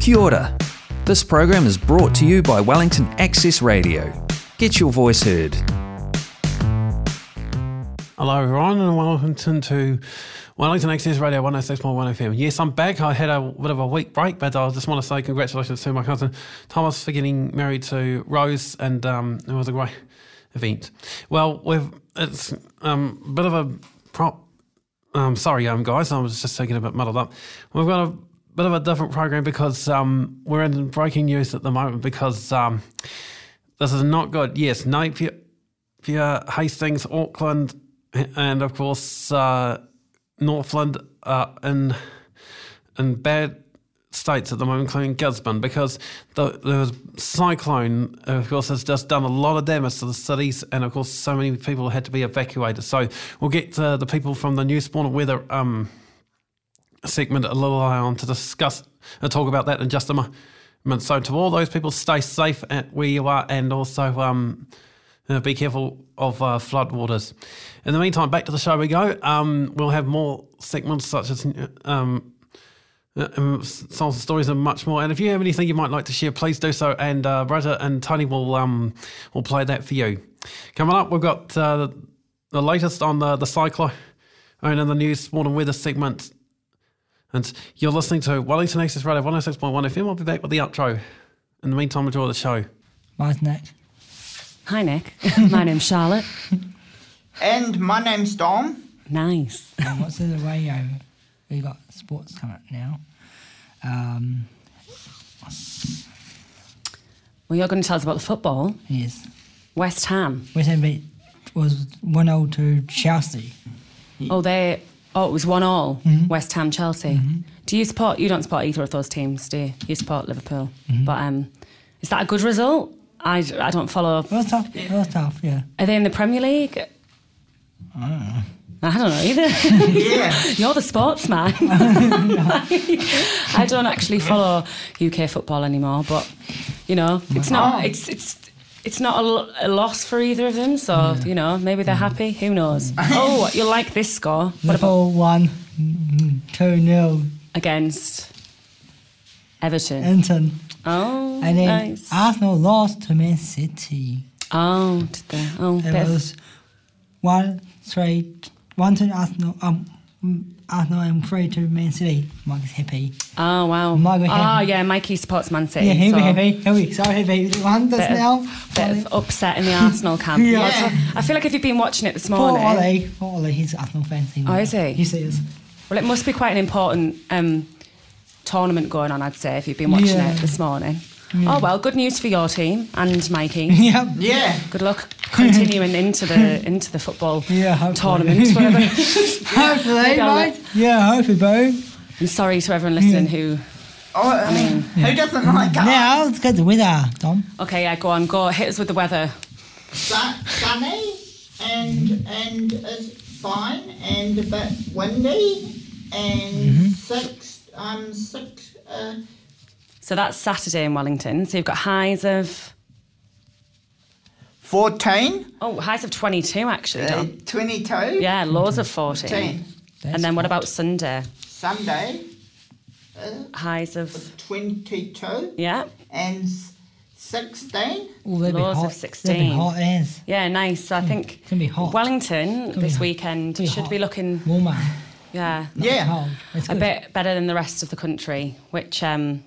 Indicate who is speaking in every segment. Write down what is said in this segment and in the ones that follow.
Speaker 1: Kia ora. This program is brought to you by Wellington Access Radio. Get your voice heard.
Speaker 2: Hello, everyone, and welcome to Wellington Access Radio 106.1 FM. Yes, I'm back. I had a bit of a week break, but I just want to say congratulations to my cousin Thomas for getting married to Rose, and um, it was a great event. Well, we've it's um, a bit of a prop. Um, sorry, um, guys, I was just taking a bit muddled up. We've got a bit of a different program because um, we're in breaking news at the moment because um, this is not good. Yes, Napier, Napier, Hastings, Auckland, and of course uh, Northland are in in bad states at the moment, including Gisborne, because the, there was cyclone. uh, Of course, has just done a lot of damage to the cities, and of course, so many people had to be evacuated. So we'll get to the people from the new spawn of weather. Um, segment a little eye on to discuss and talk about that in just a moment. So, to all those people, stay safe at where you are and also um, uh, be careful of uh, floodwaters. In the meantime, back to the show we go. Um, we'll have more segments such as um, uh, um, songs and stories and much more. And if you have anything you might like to share, please do so. And uh, Roger and Tony will um, will play that for you. Coming up, we've got uh, the latest on the, the cyclone and in the news, sport and weather segment. And you're listening to Wellington Access Radio 106.1 FM. I'll be back with the outro. In the meantime, enjoy the show.
Speaker 3: Mine's next.
Speaker 4: Hi, Nick. My name's Charlotte.
Speaker 5: And my name's Dom.
Speaker 4: Nice.
Speaker 3: And what's in the radio? We got sports coming up now. Um,
Speaker 4: Well, you're going to tell us about the football.
Speaker 3: yes,
Speaker 4: West Ham.
Speaker 3: West Ham beat was one 0 to Chelsea.
Speaker 4: Oh, they. Oh, it was one all.
Speaker 3: Mm-hmm.
Speaker 4: West Ham, Chelsea. Do you support? You don't support either of those teams, do you? You support Liverpool.
Speaker 3: Mm-hmm.
Speaker 4: But um, is that a good result? I, I don't follow.
Speaker 3: It was tough. It was tough. Yeah.
Speaker 4: Are they in the Premier League?
Speaker 3: Mm.
Speaker 4: I don't know. I don't know either.
Speaker 5: Yeah.
Speaker 4: You're the sportsman. I don't actually follow UK football anymore, but you know, it's not it's it's it's not a, lo- a loss for either of them. So you know, maybe they're
Speaker 3: Mm.
Speaker 4: happy. Who knows? oh, you like this score? What about
Speaker 3: Liverpool won two 0
Speaker 4: against Everton?
Speaker 3: Everton,
Speaker 4: Oh,
Speaker 3: and then
Speaker 4: nice.
Speaker 3: Arsenal lost to Man City.
Speaker 4: oh, did they? Oh,
Speaker 3: It
Speaker 4: bit of-
Speaker 3: was one three one to Arsenal. Um, Arsenal and three to Man City. Mike's happy.
Speaker 4: oh wow.
Speaker 3: Might be
Speaker 4: Oh
Speaker 3: happy.
Speaker 4: yeah, Mikey supports Man City.
Speaker 3: Yeah, he'll
Speaker 4: so-
Speaker 3: be happy. He'll be so happy. One
Speaker 4: Bit
Speaker 3: this
Speaker 4: of-
Speaker 3: now.
Speaker 4: Bit of upset in the Arsenal camp.
Speaker 3: Yeah.
Speaker 4: Also, I feel like if you've been watching it this
Speaker 3: Poor
Speaker 4: morning,
Speaker 3: Ollie. Poor Ollie. He's Arsenal fan.
Speaker 4: eh? Oh, is he?
Speaker 3: Yes, he is.
Speaker 4: Well, it must be quite an important um, tournament going on, I'd say, if you've been watching
Speaker 3: Yeah.
Speaker 4: it this morning. Oh, well, good news for your team and Mikey.
Speaker 3: Yep.
Speaker 5: Yeah.
Speaker 4: Good luck continuing into the into the football
Speaker 3: Yeah, hopefully.
Speaker 4: tournament. Whatever.
Speaker 3: Hopefully,
Speaker 4: Maybe I'll
Speaker 3: mate. Yeah, hopefully, bro. Hmm.
Speaker 4: I'm sorry to everyone listening who.
Speaker 5: Oh, I mean, who doesn't
Speaker 4: Oh
Speaker 5: like a
Speaker 3: Now let's get the weather, Tom.
Speaker 4: Okay, yeah, go on, go hit us with the weather.
Speaker 5: su- sunny and and it's fine and a bit windy and
Speaker 3: Mm-hmm.
Speaker 5: six um six uh,
Speaker 4: So that's Saturday in Wellington. So you've got highs of
Speaker 5: fourteen
Speaker 4: oh highs of 22 actually.
Speaker 5: uh,
Speaker 4: Dom.
Speaker 5: twenty two
Speaker 4: Yeah, lows of 14.
Speaker 5: ten
Speaker 4: And then what about Sunday?
Speaker 5: Sunday
Speaker 4: Highs of
Speaker 5: twenty two
Speaker 4: yeah,
Speaker 5: and s- sixteen.
Speaker 3: Oh, that'd be
Speaker 4: Laws of
Speaker 3: hot.
Speaker 4: 16.
Speaker 3: That'd be hot as.
Speaker 4: yeah, nice. I think
Speaker 3: gonna be hot.
Speaker 4: Wellington
Speaker 3: be
Speaker 4: this
Speaker 3: hot.
Speaker 4: weekend
Speaker 3: Be
Speaker 4: should
Speaker 3: hot.
Speaker 4: be looking
Speaker 3: Warmer.
Speaker 4: Yeah,
Speaker 5: Yeah.
Speaker 3: Cold. That's
Speaker 4: a
Speaker 3: good.
Speaker 4: bit better than the rest of the country, which, um,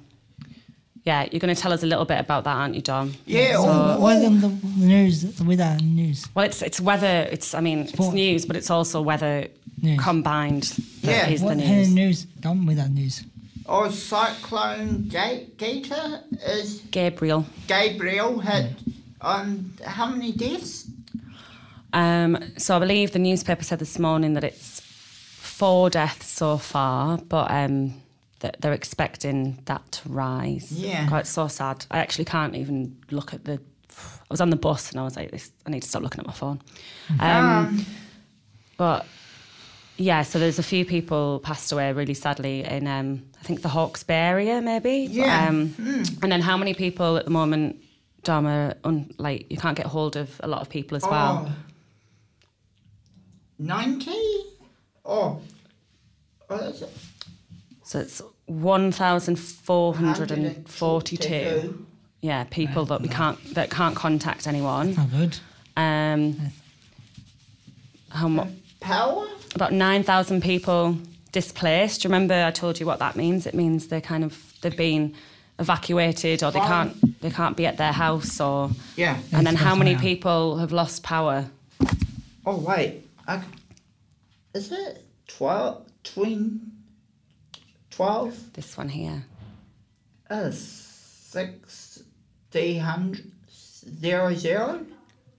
Speaker 4: yeah, you're going to tell us a little bit about that, aren't you, Dom?
Speaker 5: Yeah.
Speaker 3: Uh,
Speaker 5: all-
Speaker 3: What's on the news? The weather news.
Speaker 4: Well, it's it's weather. It's I mean, it's
Speaker 3: Sport.
Speaker 4: news, but it's also weather
Speaker 3: News.
Speaker 4: combined. That
Speaker 5: Yeah.
Speaker 4: is the
Speaker 3: What kind of
Speaker 4: news.
Speaker 3: news? Tom, weather news.
Speaker 5: Or Oh, Cyclone Gate Gator is
Speaker 4: Gabriel.
Speaker 5: Gabriel hit on how many deaths?
Speaker 4: Um, so I believe the newspaper said this morning that it's four deaths so far, but um, that they're expecting that to rise.
Speaker 5: Yeah.
Speaker 4: quite so sad. I actually can't even look at the. I was on the bus and I was like, "This, I need to stop looking at my phone."
Speaker 5: Mm-hmm. Ah.
Speaker 4: Um, but yeah, so there's a few people passed away really sadly in um, I think the Hawke's Bay area, maybe. But,
Speaker 5: Yeah.
Speaker 4: um, And then how many people at the moment? Dharma, un, like you can't get hold of a lot of people as well.
Speaker 5: Oh. 90? Oh. What is Oh, it?
Speaker 4: So it's 1,442.
Speaker 5: 142.
Speaker 4: Yeah, people that we can't that can't contact anyone.
Speaker 3: Not good.
Speaker 4: Um, how mu-
Speaker 5: Power?
Speaker 4: about 9,000 people displaced. Do you remember I told you what that means? It means they're kind of they've been evacuated or they
Speaker 5: Right.
Speaker 4: can't they can't be at their house or
Speaker 5: Yeah.
Speaker 4: and then
Speaker 3: Yes,
Speaker 4: how
Speaker 3: that's
Speaker 4: many
Speaker 3: right.
Speaker 4: people have lost power?
Speaker 5: Oh, wait. I, c- is it 12? Twin? 12?
Speaker 4: This one here.
Speaker 5: Uh, 600? Zero, zero?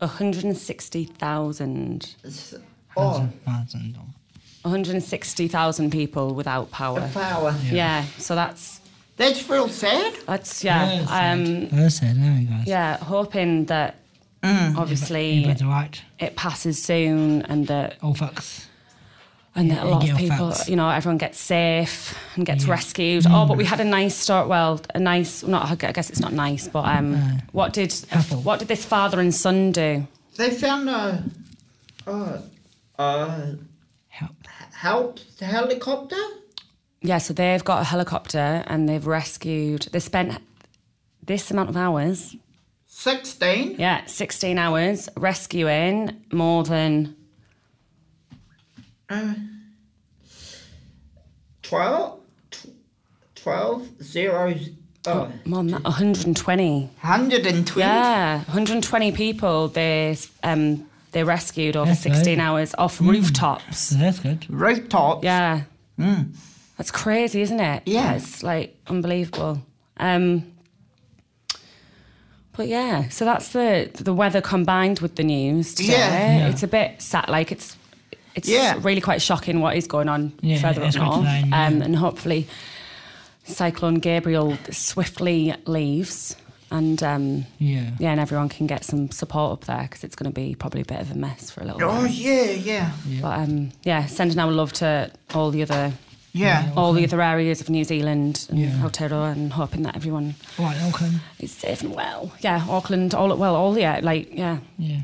Speaker 4: 160,000
Speaker 5: It's- Oh,
Speaker 3: Thousand dollars.
Speaker 4: 160,000 people without power.
Speaker 5: the power.
Speaker 4: Yeah. so that's
Speaker 5: That's real sad.
Speaker 4: that's yeah. um
Speaker 3: That's sad, there you guys.
Speaker 4: yeah, hoping that obviously
Speaker 3: Everybody's right.
Speaker 4: it passes soon and that
Speaker 3: All fucks.
Speaker 4: and that a lot
Speaker 3: yeah,
Speaker 4: of people,
Speaker 3: facts. Mm.
Speaker 4: you know, everyone gets safe and gets rescued. Oh, but we had a nice story. Well, a nice, not I guess it's not nice, but um, what did
Speaker 3: Apple.
Speaker 4: what did this father and son do?
Speaker 5: They found a, a, a
Speaker 3: Help.
Speaker 5: help helicopter.
Speaker 4: Yeah, so they've got a helicopter and they've rescued. They spent this amount of hours,
Speaker 5: 16?
Speaker 4: yeah, sixteen hours rescuing more than
Speaker 5: 12? Tw- 12? Zero? z- Oh,
Speaker 4: more than that, one hundred and twenty.
Speaker 5: 120?
Speaker 4: Yeah, 120 people they um they rescued over
Speaker 3: That's
Speaker 4: 16
Speaker 3: right.
Speaker 4: hours off rooftops.
Speaker 3: So that's good.
Speaker 5: Rooftops?
Speaker 4: Yeah. That's crazy, isn't it?
Speaker 5: Mm. Yeah.
Speaker 4: It's like unbelievable. Um, but yeah, so that's the the weather combined with the news today.
Speaker 5: Yeah.
Speaker 4: It's a bit sad. Like it's it's
Speaker 5: Yeah.
Speaker 4: really quite shocking what is going on
Speaker 3: Yeah,
Speaker 4: further up
Speaker 3: it's quite
Speaker 4: north.
Speaker 3: delaying, yeah.
Speaker 4: Um, and hopefully, Cyclone Gabriel swiftly leaves, and um,
Speaker 3: Yeah.
Speaker 4: yeah, and everyone can get some support up there because it's going to be probably a bit of a mess for a little.
Speaker 5: Oh,
Speaker 4: while.
Speaker 5: yeah, yeah.
Speaker 4: But um, yeah, sending our love to all the other
Speaker 5: Yeah.
Speaker 4: all the other areas of New Zealand and
Speaker 3: Yeah.
Speaker 4: Aotearoa and hoping that everyone
Speaker 3: All right, Auckland.
Speaker 4: is safe and well. Yeah, Auckland, all well, all yeah, like yeah,
Speaker 3: Yeah.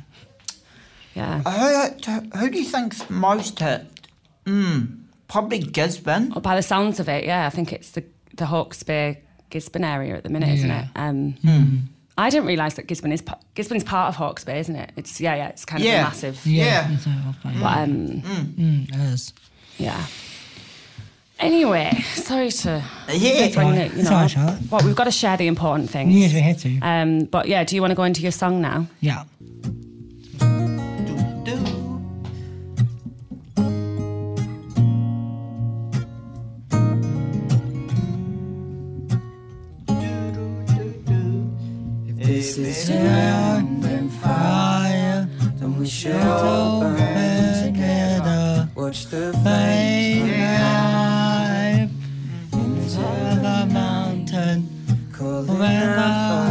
Speaker 4: yeah.
Speaker 5: Uh, Who, who do you think's most hit? Mm, probably Gisborne.
Speaker 4: But Oh, by the sounds of it, yeah, I think it's the the Hawke's Bay Gisborne area at the minute, isn't
Speaker 3: Yeah.
Speaker 4: it? Um,
Speaker 5: Hmm.
Speaker 4: I didn't realise that Gisborne is pa- Gisborne's part of Hawke's Bay, isn't it? It's yeah, yeah, it's kind
Speaker 5: Yeah.
Speaker 4: of massive.
Speaker 5: Yeah.
Speaker 3: It's all fine.
Speaker 4: But um,
Speaker 3: Mm, it is.
Speaker 4: yeah. Anyway, sorry
Speaker 3: Uh,
Speaker 4: to
Speaker 5: Yeah.
Speaker 4: bring it, you know.
Speaker 3: Sorry, Charlotte.
Speaker 4: Well, we've got to share the important things.
Speaker 3: Yes, we had to.
Speaker 4: Um, but yeah, do you want to go into your song now?
Speaker 3: Yeah.
Speaker 5: Do, do.
Speaker 3: fire, then we should all burn together. Watch the flames into the mountain, calling out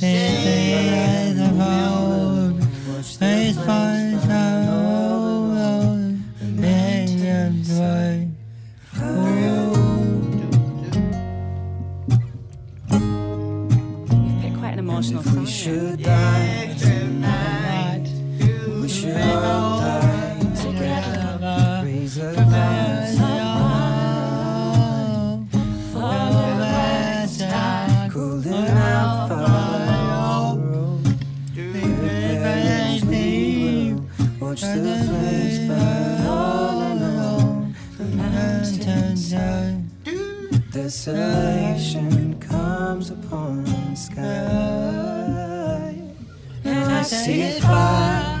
Speaker 3: the road. Face finds our road, and enjoy.
Speaker 4: You've picked quite an emotional song. yeah.
Speaker 6: Desolation comes upon the sky, and I see it far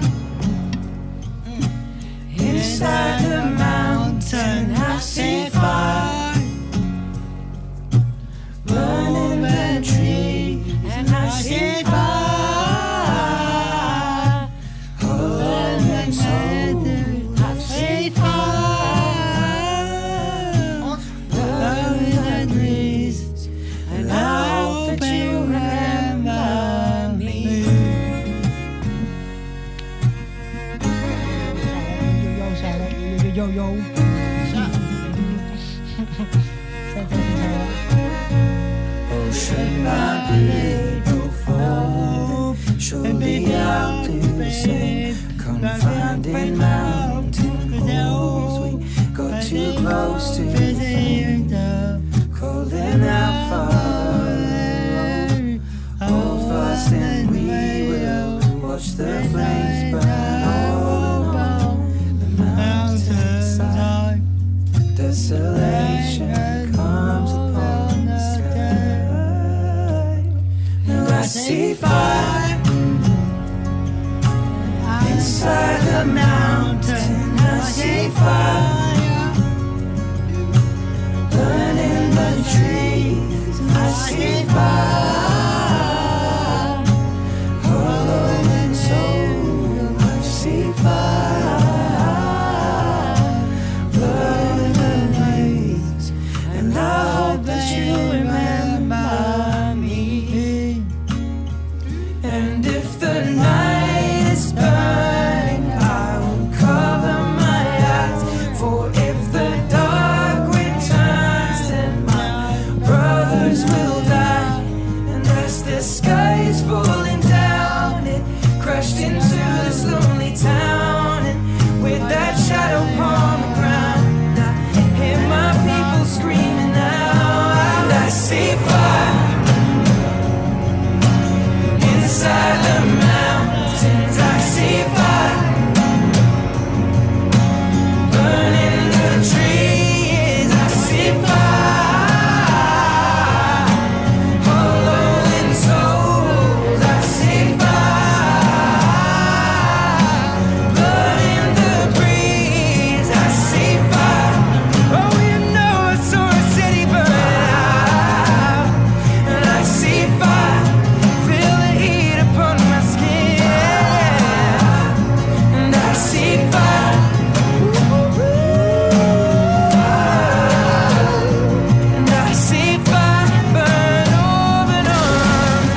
Speaker 6: inside the mountain. I see it far burning the tree, and I see it far holding and soul. I see it far. Love the breeze, and I hope that you remember me.
Speaker 3: Yo, yo, yo.
Speaker 6: Should my people fall, surely I'll do the same. Confined in mountain holes, we got to too close to
Speaker 3: Busy
Speaker 6: calling out far. Hold fast and we will watch the flames burn all along the mountainside. Desolation comes upon the sky, and I see fire inside the mountain. I see fire burning the trees. I see fire hollowing soul. I see fire blood and waves, and I hope that you remember me. And if the night is burning, I will cover my eyes. For if the dark returns, then my brothers will die. And as the sky is falling down, it crashed into this lonely town. And with that shadow upon the ground, I hear my people screaming out. And I see fire inside the mountains. I see fire burning the trees. I see fire hollowing souls. I see fire burning the breeze. I see fire. Oh, you know I saw a city burn out, and I see fire. Feel the heat upon my skin, and I see fire. And I see fire burn over on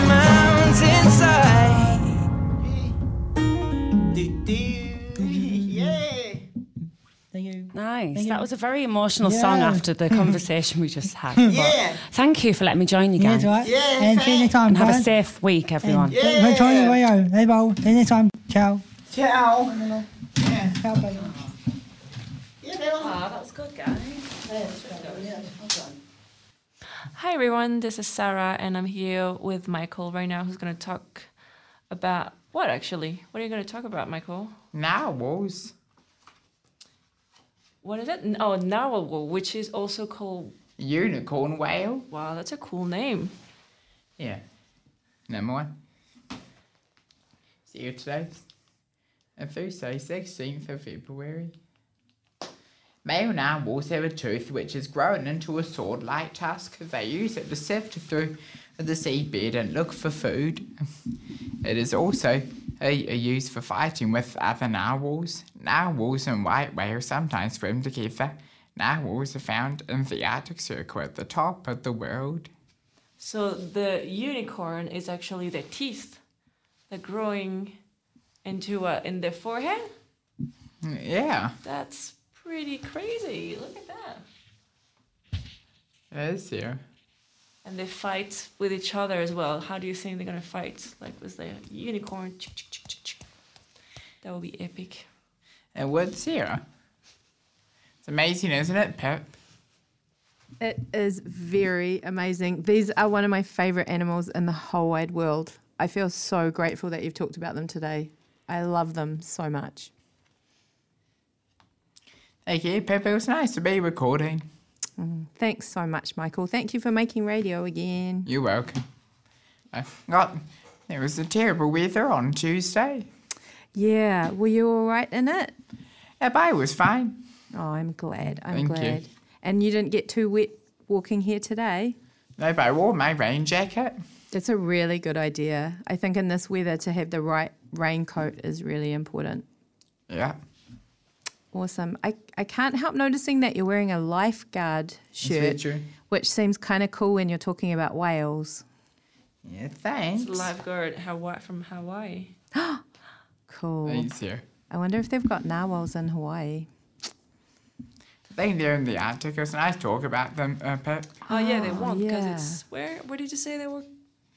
Speaker 6: the mountainside.
Speaker 5: Yeah.
Speaker 3: Thank you.
Speaker 4: Nice.
Speaker 3: Thank you.
Speaker 4: That was a very emotional song
Speaker 3: Yeah.
Speaker 4: after the conversation we just had. But
Speaker 5: Yeah.
Speaker 4: Thank you for letting me join you
Speaker 3: Yeah,
Speaker 4: guys.
Speaker 3: it's alright.
Speaker 5: Yeah,
Speaker 3: and see you next time,
Speaker 4: and have a
Speaker 3: guys.
Speaker 4: safe week, everyone.
Speaker 3: Thanks for joining Radio. Hey, Bo. See you next time. Ciao.
Speaker 5: Ciao. Yeah.
Speaker 3: Ciao, baby.
Speaker 5: Yeah, that'll
Speaker 4: Oh, that was good, guys.
Speaker 7: Hi everyone, this is Sarah, and I'm here with Michael right now, who's going to talk about what actually? What are you going to talk about, Michael?
Speaker 8: Narwhals.
Speaker 7: What is it? N- Oh, narwhal, which is also called.
Speaker 8: Unicorn whale.
Speaker 7: Wow, that's a cool name.
Speaker 8: Yeah. Never mind. See you today. On Thursday, 16th of February. Male narwhals have a tooth which is grown into a sword like tusk. They use it to sift through the seabed and look for food. it is also a, a used for fighting with other narwhals. Narwhals and white whales sometimes swim together. Narwhals are found in the Arctic Circle at the top of the world.
Speaker 7: So the unicorn is actually their teeth. They're growing into uh, in their forehead.
Speaker 8: Yeah.
Speaker 7: That's pretty crazy. Look at that.
Speaker 8: Is there?
Speaker 7: And they fight with each other as well. How do you think they're gonna fight? Like with the unicorn? That would be epic.
Speaker 8: It would Sarah. It's amazing, isn't it, Pip?
Speaker 9: It is very amazing. These are one of my favourite animals in the whole wide world. I feel so grateful that you've talked about them today. I love them so much.
Speaker 8: Thank you, Pip. It was nice to be recording.
Speaker 9: Mm-hmm. Thanks so much, Michael. Thank you for making radio again.
Speaker 8: You're welcome. I got there was a terrible weather on Tuesday.
Speaker 9: Yeah, were you all right in it?
Speaker 8: Yeah, but I was fine.
Speaker 9: Oh, I'm glad. I'm
Speaker 8: Thank you.
Speaker 9: glad. And you didn't get too wet walking here today.
Speaker 8: No, but I wore my rain jacket.
Speaker 9: That's a really good idea. I think in this weather to have the right raincoat is really important.
Speaker 8: Yeah.
Speaker 9: Awesome. I, I can't help noticing that you're wearing a lifeguard
Speaker 8: very
Speaker 9: shirt,
Speaker 8: true.
Speaker 9: which seems kind of cool when you're talking about whales.
Speaker 8: Yeah, thanks.
Speaker 7: It's lifeguard Hawaii from Hawaii.
Speaker 9: Cool.
Speaker 8: Thanks, Sarah.
Speaker 9: I wonder if they've got narwhals in Hawaii.
Speaker 8: I think they're in the Arctic. It's nice to talk about them, uh, Pip.
Speaker 7: Oh, yeah, they won't because
Speaker 9: yeah.
Speaker 7: it's where? Where did you say they were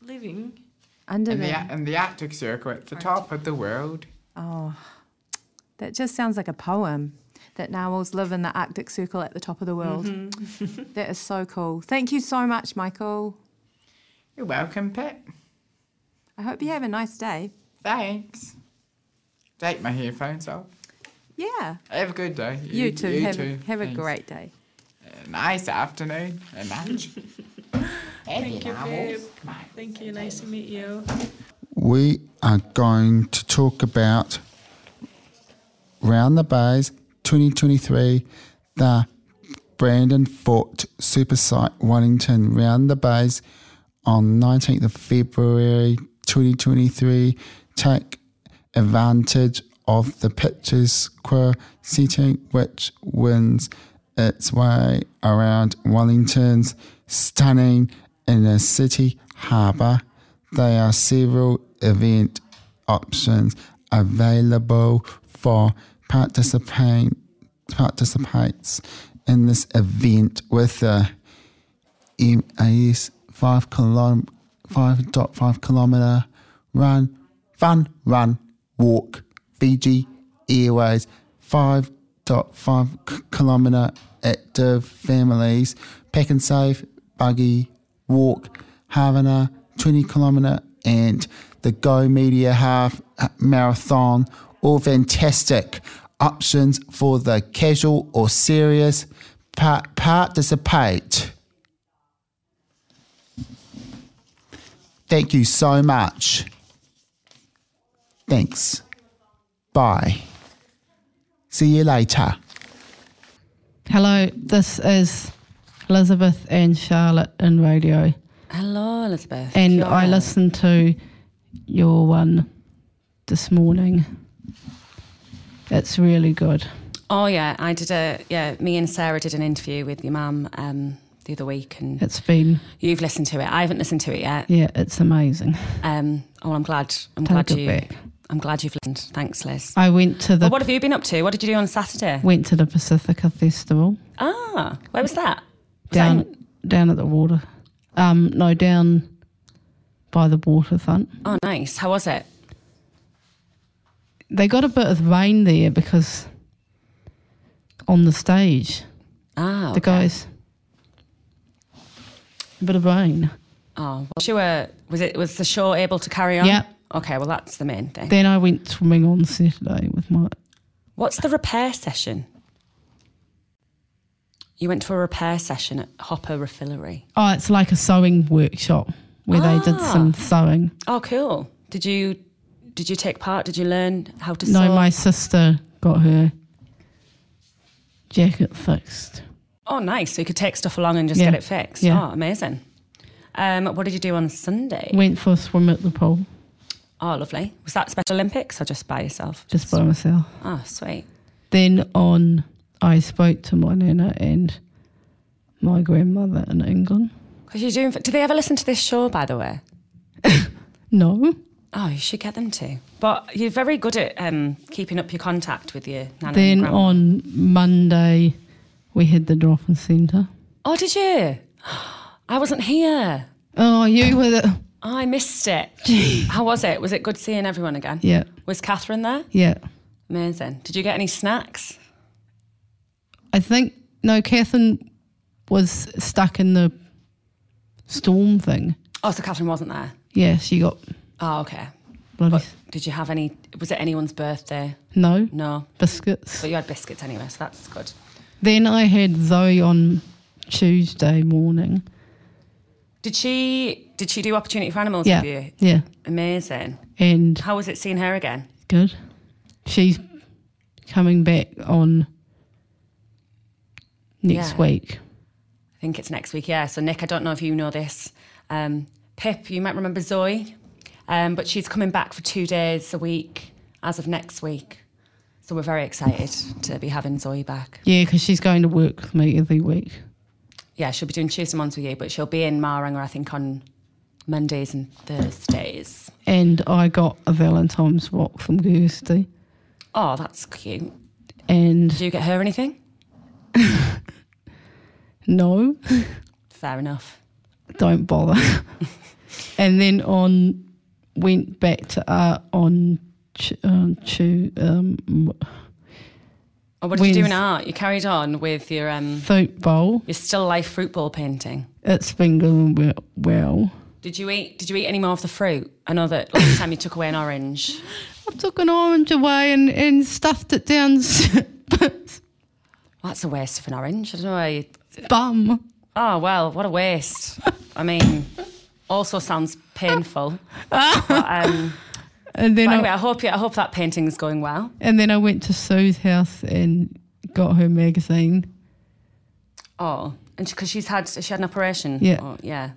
Speaker 7: living?
Speaker 9: Under
Speaker 8: In
Speaker 9: the
Speaker 8: the, in the Arctic Circle at the top of the world.
Speaker 9: oh, That just sounds like a poem. That narwhals live in the Arctic Circle at the top of the world.
Speaker 7: Mm-hmm.
Speaker 9: That is so cool. Thank you so much, Michael.
Speaker 8: You're welcome, Pip.
Speaker 9: I hope you have a nice day.
Speaker 8: Thanks. Take my headphones off.
Speaker 9: Yeah.
Speaker 8: Have a good day.
Speaker 9: You, too. have,
Speaker 8: too.
Speaker 9: have a
Speaker 8: Thanks.
Speaker 9: great day.
Speaker 8: A nice afternoon and lunch. Thank you, Pip.
Speaker 7: Thank you. Nice to meet you.
Speaker 10: we are going to talk about Round the Bays 2023, the Brandon Fort Super Site, Wellington. Round the Bays on 19th of February 2023. Take advantage of the pictures queer setting, which wins its way around Wellington's stunning inner city harbour. There are several event options available for participant participates in this event with a MAS five kilom five dot five kilometer run fun run walk Fiji Airways five dot five k- kilometer active families pack and save buggy walk Havana twenty kilometer and the Go Media half marathon all fantastic options for the casual or serious pa- participate. Thank you so much. Thanks. Bye. See you later.
Speaker 11: Hello, this is Elizabeth and Charlotte in radio,
Speaker 4: Hello, Elizabeth.
Speaker 11: and
Speaker 4: Kia
Speaker 11: I
Speaker 4: ora.
Speaker 11: listened to your one this morning. It's really good.
Speaker 4: Oh yeah, I did a yeah. Me and Sarah did an interview with your mum um, the other week, and
Speaker 11: It's been
Speaker 4: you've listened to it. I haven't listened to it yet.
Speaker 11: yeah, it's amazing.
Speaker 4: Um, oh, I'm glad. I'm
Speaker 11: Take
Speaker 4: glad
Speaker 11: it
Speaker 4: you.
Speaker 11: back.
Speaker 4: I'm glad you've listened. Thanks, Liz.
Speaker 11: I went to the
Speaker 4: Well, what have you been up to? What did you do on Saturday?
Speaker 11: went to the Pacifica Festival
Speaker 4: Ah, where was that? Was that
Speaker 11: down
Speaker 4: in-
Speaker 11: down at the water. Um, no, down by the waterfront.
Speaker 4: oh, nice. How was it?
Speaker 11: They got a bit of rain there because on the stage.
Speaker 4: Ah,
Speaker 11: the guys. A bit of rain.
Speaker 4: Oh, was you were. Was it? Was the show able to carry on?
Speaker 11: Yeah.
Speaker 4: Okay, well that's the main thing.
Speaker 11: Then I went swimming on Saturday with my.
Speaker 4: What's the repair session? You went to a repair session at Hopper Refillery.
Speaker 11: Oh, it's like a sewing workshop where they
Speaker 4: Ah.
Speaker 11: did some sewing.
Speaker 4: Oh, cool. Did you did you take part? Did you learn how to
Speaker 11: No,
Speaker 4: sew?
Speaker 11: my sister got her jacket fixed.
Speaker 4: oh, nice. So you could take stuff along and just
Speaker 11: Yeah.
Speaker 4: get it fixed.
Speaker 11: Yeah.
Speaker 4: Oh, amazing. Um, what did you do on Sunday?
Speaker 11: Went for a swim at the pool
Speaker 4: Oh, lovely. Was that Special Olympics or just by yourself?
Speaker 11: just by myself.
Speaker 4: Oh, sweet.
Speaker 11: Then on, I spoke to my nana and my grandmother in England.
Speaker 4: Because you're doing. Do they ever listen to this show, by the way?
Speaker 11: No,
Speaker 4: Oh, you should get them to. But you're very good at um, keeping up your contact with your nana. and
Speaker 11: Then
Speaker 4: grandma.
Speaker 11: on Monday, we had the Dolphin Centre.
Speaker 4: Oh, did you? I wasn't here.
Speaker 11: Oh, you were the.
Speaker 4: I missed it. How was it? Was it good seeing everyone again?
Speaker 11: Yeah,
Speaker 4: Was Catherine there?
Speaker 11: yeah.
Speaker 4: Amazing. Did you get any snacks?
Speaker 11: I think, no, Catherine was stuck in the storm thing.
Speaker 4: Oh, so Catherine wasn't there.
Speaker 11: Yeah, she got
Speaker 4: Oh, okay.
Speaker 11: bloody.
Speaker 4: But did you have any? Was it anyone's birthday?
Speaker 11: no,
Speaker 4: No,
Speaker 11: biscuits.
Speaker 4: but you had biscuits anyway, so that's good.
Speaker 11: Then I had Zoe on Tuesday morning.
Speaker 4: Did she? Did she do opportunity for animals
Speaker 11: Yeah.
Speaker 4: with you?
Speaker 11: Yeah.
Speaker 4: Amazing.
Speaker 11: And
Speaker 4: How was it seeing her again?
Speaker 11: good. She's coming back on next
Speaker 4: Yeah.
Speaker 11: week.
Speaker 4: I think it's next week, yeah. So, Nick, I don't know if you know this. Um, Pip, you might remember Zoe, um, but she's coming back for two days a week as of next week. So, we're very excited to be having Zoe back.
Speaker 11: Yeah, because she's going to work with me every week.
Speaker 4: Yeah, she'll be doing Tuesday ones with you, but she'll be in Maranga, I think, on Mondays and Thursdays.
Speaker 11: and I got a Valentine's rock from Kirsty.
Speaker 4: Oh, that's cute.
Speaker 11: And
Speaker 4: Did you get her anything?
Speaker 11: no,
Speaker 4: Fair enough.
Speaker 11: don't bother. and then on went back to art on Tu- um, Tu- um,
Speaker 4: Or Oh, what did you do in
Speaker 11: When's-
Speaker 4: art? You carried on with your um,
Speaker 11: Fruit bowl.
Speaker 4: your still life fruit bowl painting.
Speaker 11: It's been going we- well.
Speaker 4: Did you eat? Did you eat any more of the fruit? I know that last time you took away an orange.
Speaker 11: I took an orange away and, and stuffed it down
Speaker 4: Well, that's a waste of an orange. I don't know why. You...
Speaker 11: bum.
Speaker 4: Oh well, what a waste. I mean, also sounds painful. but, um,
Speaker 11: And
Speaker 4: but
Speaker 11: then
Speaker 4: anyway,
Speaker 11: I,
Speaker 4: I hope you, I hope that painting's going well.
Speaker 11: and then I went to Sue's house and got her magazine.
Speaker 4: Oh, and because she's had she had an operation.
Speaker 11: Yeah.
Speaker 4: Oh, yeah.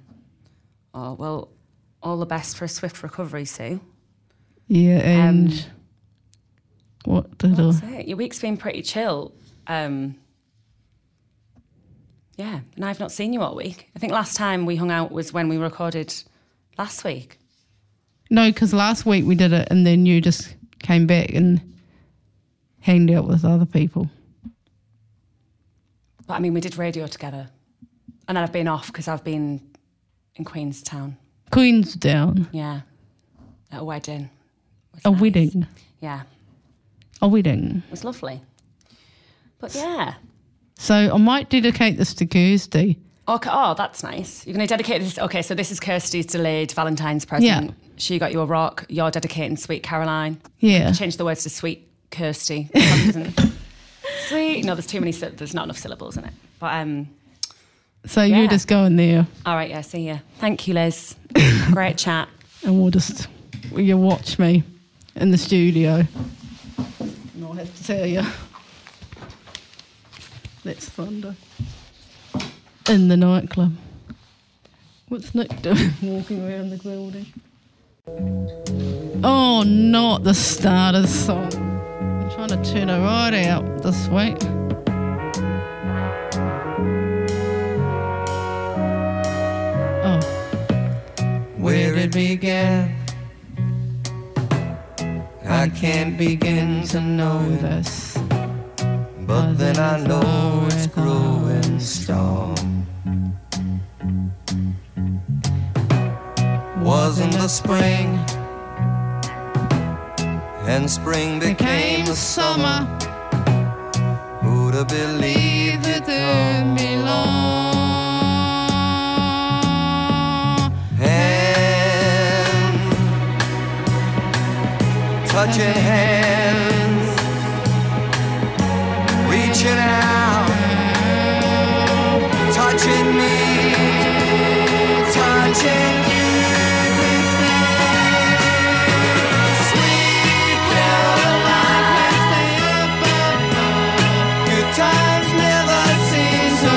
Speaker 4: Oh well, all the best for a swift recovery, Sue.
Speaker 11: Yeah, and what did I?
Speaker 4: That's it. Your week's been pretty chill. Um, yeah, and I've not seen you all week. I think last time we hung out was when we recorded last week.
Speaker 11: No, because last week we did it, and then you just came back and hanged out with other people.
Speaker 4: But I mean, we did radio together, and then I've been off because I've been in Queenstown.
Speaker 11: Queen's down
Speaker 4: Yeah, at a wedding.
Speaker 11: a wedding,
Speaker 4: Yeah,
Speaker 11: a wedding.
Speaker 4: it was lovely. But yeah.
Speaker 11: So I might dedicate this to Kirsty.
Speaker 4: Okay. Oh, that's nice. You're going to dedicate this. Okay, so this is Kirsty's delayed Valentine's present.
Speaker 11: Yeah.
Speaker 4: She got you a rock. You're dedicating Sweet Caroline.
Speaker 11: Yeah.
Speaker 4: Change the words to Sweet Kirsty. Doesn't- sweet. No, there's too many. syl- There's not enough syllables in it. But um.
Speaker 11: So
Speaker 4: Yeah.
Speaker 11: you just go in there,
Speaker 4: All right. Yeah. See ya. Thank you, Liz. Great chat.
Speaker 11: and we'll just you watch me in the studio. And I'll have to tell you. That's thunder. In the nightclub. What's Nick doing walking around the building? Oh, not the starter song. I'm trying to turn it right out this week. Oh.
Speaker 6: Where it began, I can't begin to know
Speaker 11: this.
Speaker 6: But then I know it's growing strong. Was in the spring, and spring became the summer. Who'd have believed it could be long? Hand, touching hands, reaching out, touching me, touching you. Sweet Caroline, Good times never seem so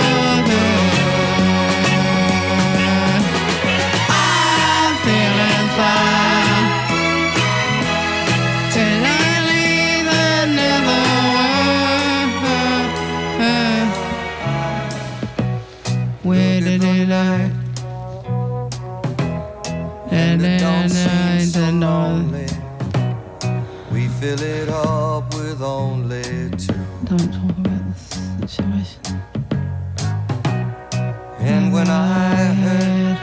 Speaker 6: good. I'm feeling fine. Till I leave another world. Where did it lie? And it don't seem so lonely. We fill it up with only two.
Speaker 11: Don't talk about this situation.
Speaker 6: And when I hurt,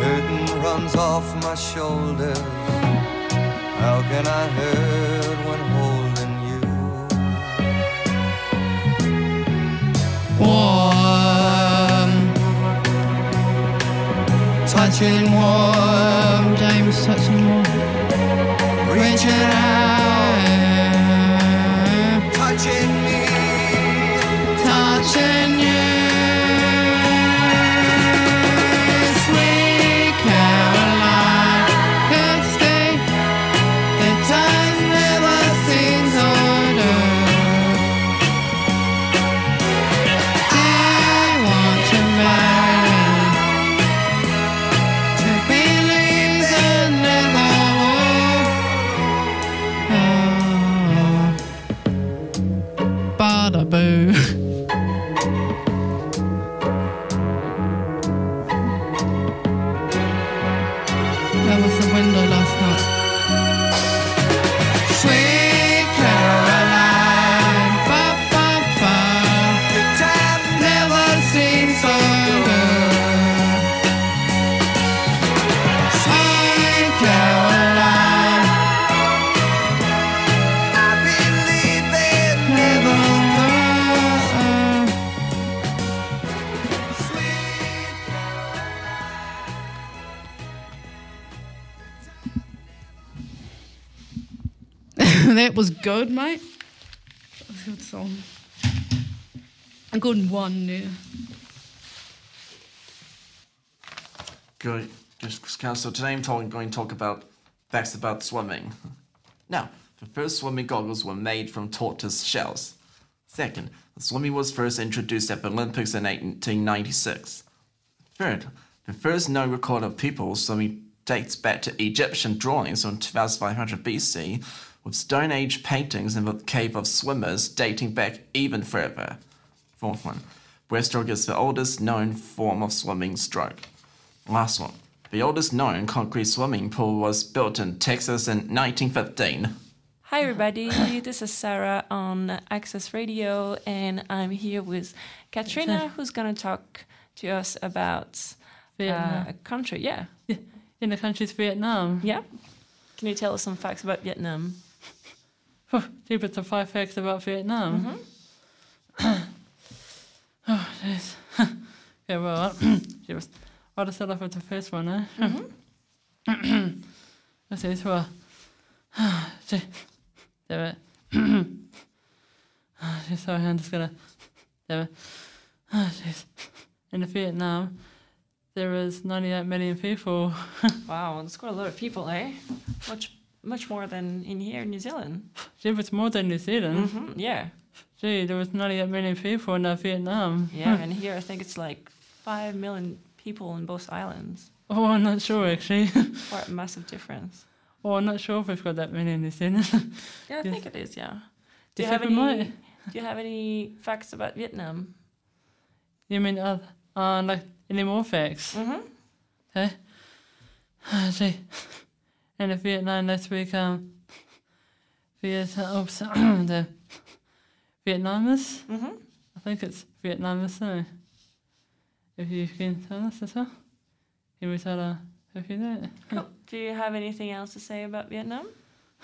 Speaker 6: burden runs off my shoulders. How can I hurt when holding you? Warm, touching warm,
Speaker 11: James touching warm,
Speaker 6: reaching out, touching me, touching you. Sweet Caroline, could stay. The time never seems older. I want to marry, to believe that never
Speaker 11: Bada boo.
Speaker 12: that was good, mate. That was a good song. A good one, yeah.
Speaker 13: Go, just council. Today I'm talking, going to talk about facts about swimming. Now, the first swimming goggles were made from tortoise shells. Second, swimming was first introduced at the Olympics in 1896. Third, the first known record of people swimming dates back to Egyptian drawings from 2500 BC, with Stone Age paintings in the Cave of Swimmers dating back even further. Fourth one, breaststroke is the oldest known form of swimming stroke. Last one, the oldest known concrete swimming pool was built in Texas in 1915.
Speaker 7: Hi, everybody. this is Sarah on Access Radio, and I'm here with Katrina, who's going to talk to us about uh,
Speaker 12: Vietnam.
Speaker 7: a country. Yeah.
Speaker 12: In the country's Vietnam.
Speaker 7: Yeah. Can you tell us some facts about Vietnam?
Speaker 12: Two bits of five facts about Vietnam.
Speaker 7: Mm-hmm.
Speaker 12: oh, jeez. yeah, well, jeez. I'll just start off with the first one, eh? Mm-hmm. Let's see, this one. Gee, Damn it. oh, jeez, sorry, I'm just gonna. Damn it. Oh, jeez. In Vietnam, there is 98 million people.
Speaker 7: Wow, that's quite a lot of people, eh? Much, much more than in here in New Zealand.
Speaker 12: Gee, it's more than New Zealand.
Speaker 7: hmm Yeah,
Speaker 12: Gee, there was 98 million people in uh, Vietnam.
Speaker 7: yeah. and here I think it's like five million people on both islands.
Speaker 12: Oh, I'm not sure actually.
Speaker 7: Quite a massive difference.
Speaker 12: Oh, I'm not sure if we've got that many in New Zealand.
Speaker 7: Yeah, I
Speaker 12: Yes.
Speaker 7: think it is. Yeah. Do
Speaker 12: Yes,
Speaker 7: you have
Speaker 12: it
Speaker 7: any?
Speaker 12: might.
Speaker 7: Do you have any facts about Vietnam?
Speaker 12: you mean uh, uh, like any more facts?
Speaker 7: Mm-hmm.
Speaker 12: Okay. Gee. And in Vietnam last week, um, Vietnam, oops, the Vietnamese.
Speaker 7: Mm-hmm.
Speaker 12: I think it's Vietnamese. eh? If you can tell us as well, can we tell uh, if you know?
Speaker 7: Cool. Do you have anything else to say about Vietnam?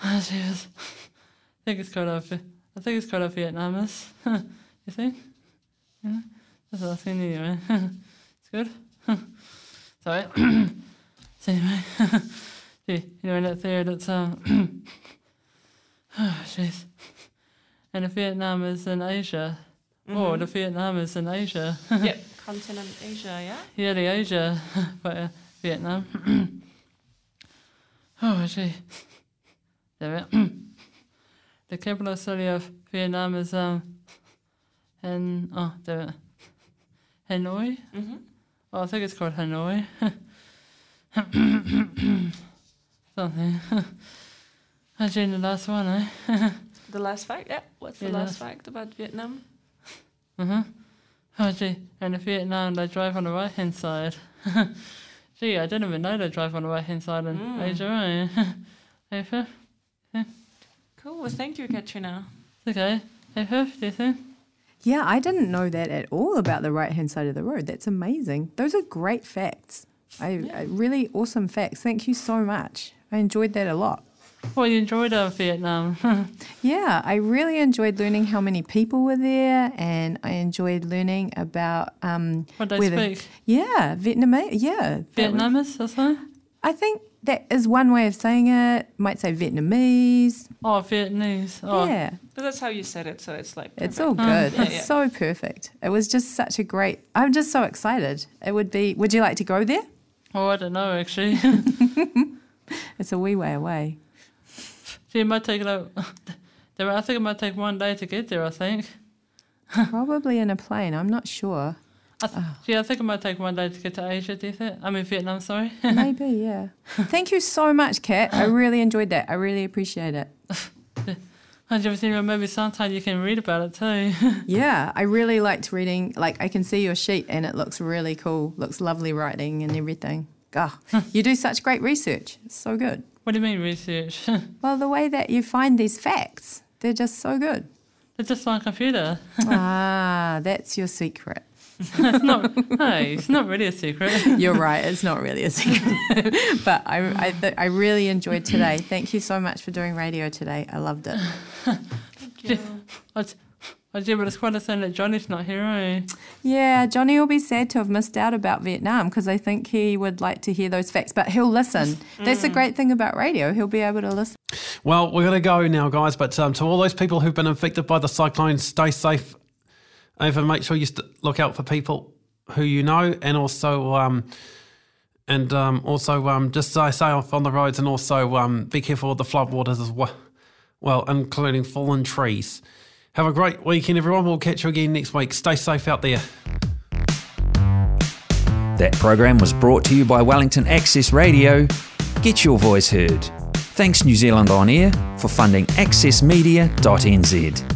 Speaker 12: Oh, jeez. I think it's called a, Vi- I think it's called a Vietnamese. you think? Yeah. That's what I think anyway. it's good. Sorry. so anyway, gee, anyway, that there, that's um, oh jeez, and the Vietnam is in Asia. Oh,
Speaker 7: Mhm.
Speaker 12: the Vietnam is in Asia.
Speaker 7: yep. Continent Asia. Yeah.
Speaker 12: Yeah, the Asia, but uh, Vietnam. oh, gee. Damn it. the capital city of Vietnam is, um, Han- oh, damn it. Hanoi?
Speaker 7: Mm-hmm.
Speaker 12: Oh, I think it's called Hanoi. Something. Actually, the last one, eh?
Speaker 7: The last fact. Yeah. What's the
Speaker 12: Yeah,
Speaker 7: last
Speaker 12: last-
Speaker 7: fact about Vietnam?
Speaker 12: Uh-huh. Oh, gee. And in Vietnam, they drive on the right-hand side. gee, I didn't even know they drive on the right-hand side in
Speaker 7: Mm.
Speaker 12: Asia, eh? hey, Fif?
Speaker 7: Cool. Well, thank you, Katrina.
Speaker 12: It's okay. Hey, Fif, do you think?
Speaker 9: Yeah, I didn't know that at all about the right hand side of the road. That's amazing. Those are great facts. I, I- really awesome facts. Thank you so much. I enjoyed that a lot.
Speaker 12: Well, you enjoyed uh, Vietnam.
Speaker 9: yeah, I really enjoyed learning how many people were there, and I enjoyed learning about um,
Speaker 12: What they
Speaker 9: whether-
Speaker 12: speak.
Speaker 9: Yeah, Vietnamese. Yeah, that was-
Speaker 12: Vietnamese, that's one?
Speaker 9: I think that is one way of saying it. Might say Vietnamese.
Speaker 12: Oh, Vietnamese. Oh. Mm.
Speaker 9: Yeah.
Speaker 7: But that's how you said it, so it's like
Speaker 9: It's
Speaker 7: perfect.
Speaker 9: all
Speaker 12: Uh,
Speaker 9: good.
Speaker 7: Yeah,
Speaker 9: it's
Speaker 7: yeah.
Speaker 9: so perfect. It was just such a great. I'm just so excited. It would be. Would you like to go there?
Speaker 12: Oh, I don't know, actually.
Speaker 9: It's a wee way away.
Speaker 12: gee, it might take, like, there- I think it might take one day to get there, I think.
Speaker 9: Probably in a plane. I'm not sure. Ah,
Speaker 12: I th- Gee, I think it might take one day to get to Asia, do you think? I mean, Vietnam, sorry.
Speaker 9: Maybe, yeah. Thank you so much, Kat. I really enjoyed that. I really appreciate it.
Speaker 12: I've never seen it, maybe sometime you can read about it too.
Speaker 9: Yeah, I really liked reading. Like, I can see your sheet and it looks really cool. Looks lovely writing and everything. Ah,
Speaker 12: Hmm.
Speaker 9: you do such great research. It's so good.
Speaker 12: What do you mean research?
Speaker 9: Well, the way that you find these facts, they're just so good.
Speaker 12: It's just on a computer.
Speaker 9: ah, that's your secret.
Speaker 12: Hey, it's not really a secret.
Speaker 9: You're right. It's not really a secret. but I, I, th- I really enjoyed today. Thank you so much for doing radio today. I loved it.
Speaker 12: I, t- I do, but it's quite a thing that Johnny's not here, eh?
Speaker 9: Yeah, Johnny will be sad to have missed out about Vietnam because I think he would like to hear those facts, but he'll listen. That's the great thing about radio. He'll be able to listen.
Speaker 2: Well, we're going to go now, guys. But um, to all those people who've been infected by the cyclone, stay safe. Over, make sure you st- look out for people who you know, and also, um, and um, also, um, just uh, stay off on the roads, and also um, be careful with the floodwaters as well, well, including fallen trees. Have a great weekend, everyone. We'll catch you again next week. Stay safe out there.
Speaker 1: That program was brought to you by Wellington Access Radio. Get your voice heard. Thanks, New Zealand On Air, for funding accessmedia.nz.